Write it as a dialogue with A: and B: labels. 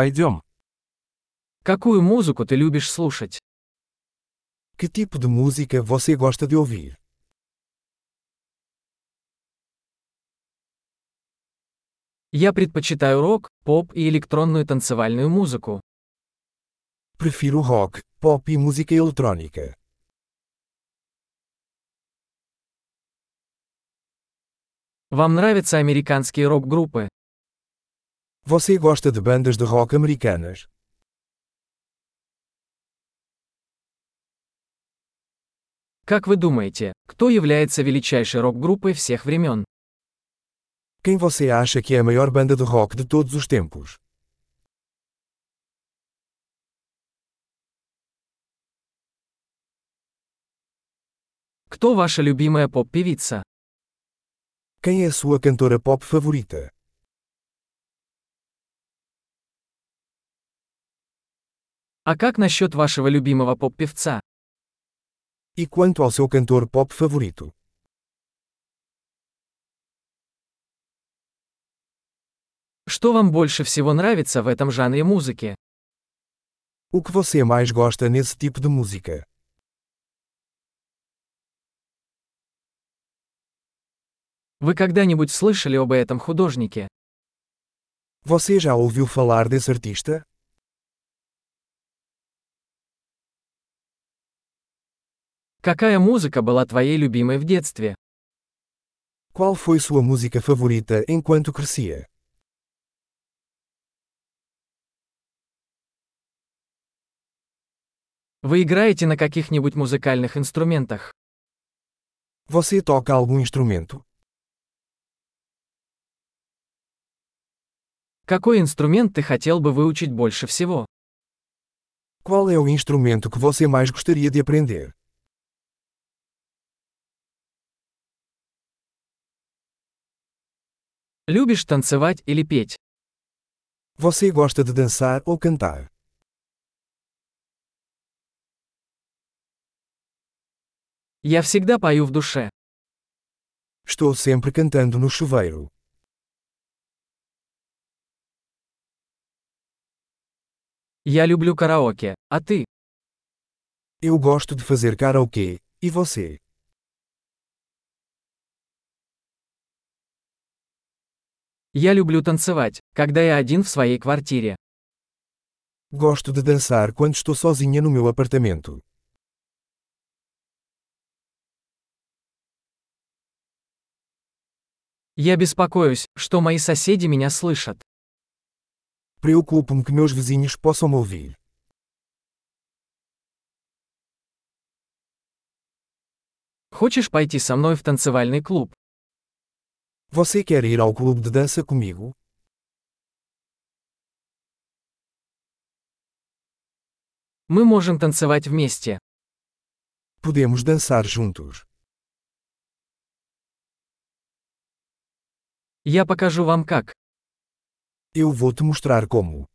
A: Пойдем.
B: Какую музыку ты любишь слушать?
C: Que tipo de música você gosta de ouvir?
B: Я предпочитаю рок, поп и электронную танцевальную музыку.
C: Prefiro rock, pop e música eletrônica.
B: Вам нравятся американские рок-группы?
C: Você gosta de bandas de rock americanas?
B: Как вы думаете, кто является величайшей рок-группой всех времен?
C: Quem você acha que é a maior banda de rock de todos os tempos?
B: Кто ваша любимая поп-певица?
C: Quem é a sua cantora pop favorita?
B: А как насчет вашего любимого поп-певца?
C: E quanto ao seu cantor pop favorito?
B: Что вам больше всего нравится в этом жанре музыки?
C: O que você mais gosta nesse tipo de música?
B: Вы когда-нибудь слышали об этом художнике?
C: Você já ouviu falar desse artista?
B: Какая музыка была твоей любимой в детстве?
C: Qual foi sua música favorita enquanto crescia?
B: Вы играете на каких-нибудь музыкальных инструментах?
C: Você toca algum instrumento?
B: Какой инструмент ты хотел бы выучить больше всего?
C: Qual é o instrumento que você mais gostaria de aprender?
B: Любишь танцевать или петь?
C: Você gosta de dançar ou cantar?
B: Я всегда пою в душе.
C: Estou sempre cantando no chuveiro.
B: Я люблю караоке, а ты?
C: Eu gosto de fazer karaokê. E você?
B: Я люблю танцевать, когда я один в своей квартире.
C: Gosto de dançar quando estou sozinha no meu apartamento.
B: Я беспокоюсь, что мои соседи меня слышат.
C: Preocupo-me que meus vizinhos possam me ouvir.
B: Хочешь пойти со мной в танцевальный клуб?
C: Você quer ir ao clube de dança comigo?
B: Мы можем танцевать вместе.
C: Podemos dançar juntos.
B: Я покажу вам как.
C: Eu vou te mostrar como.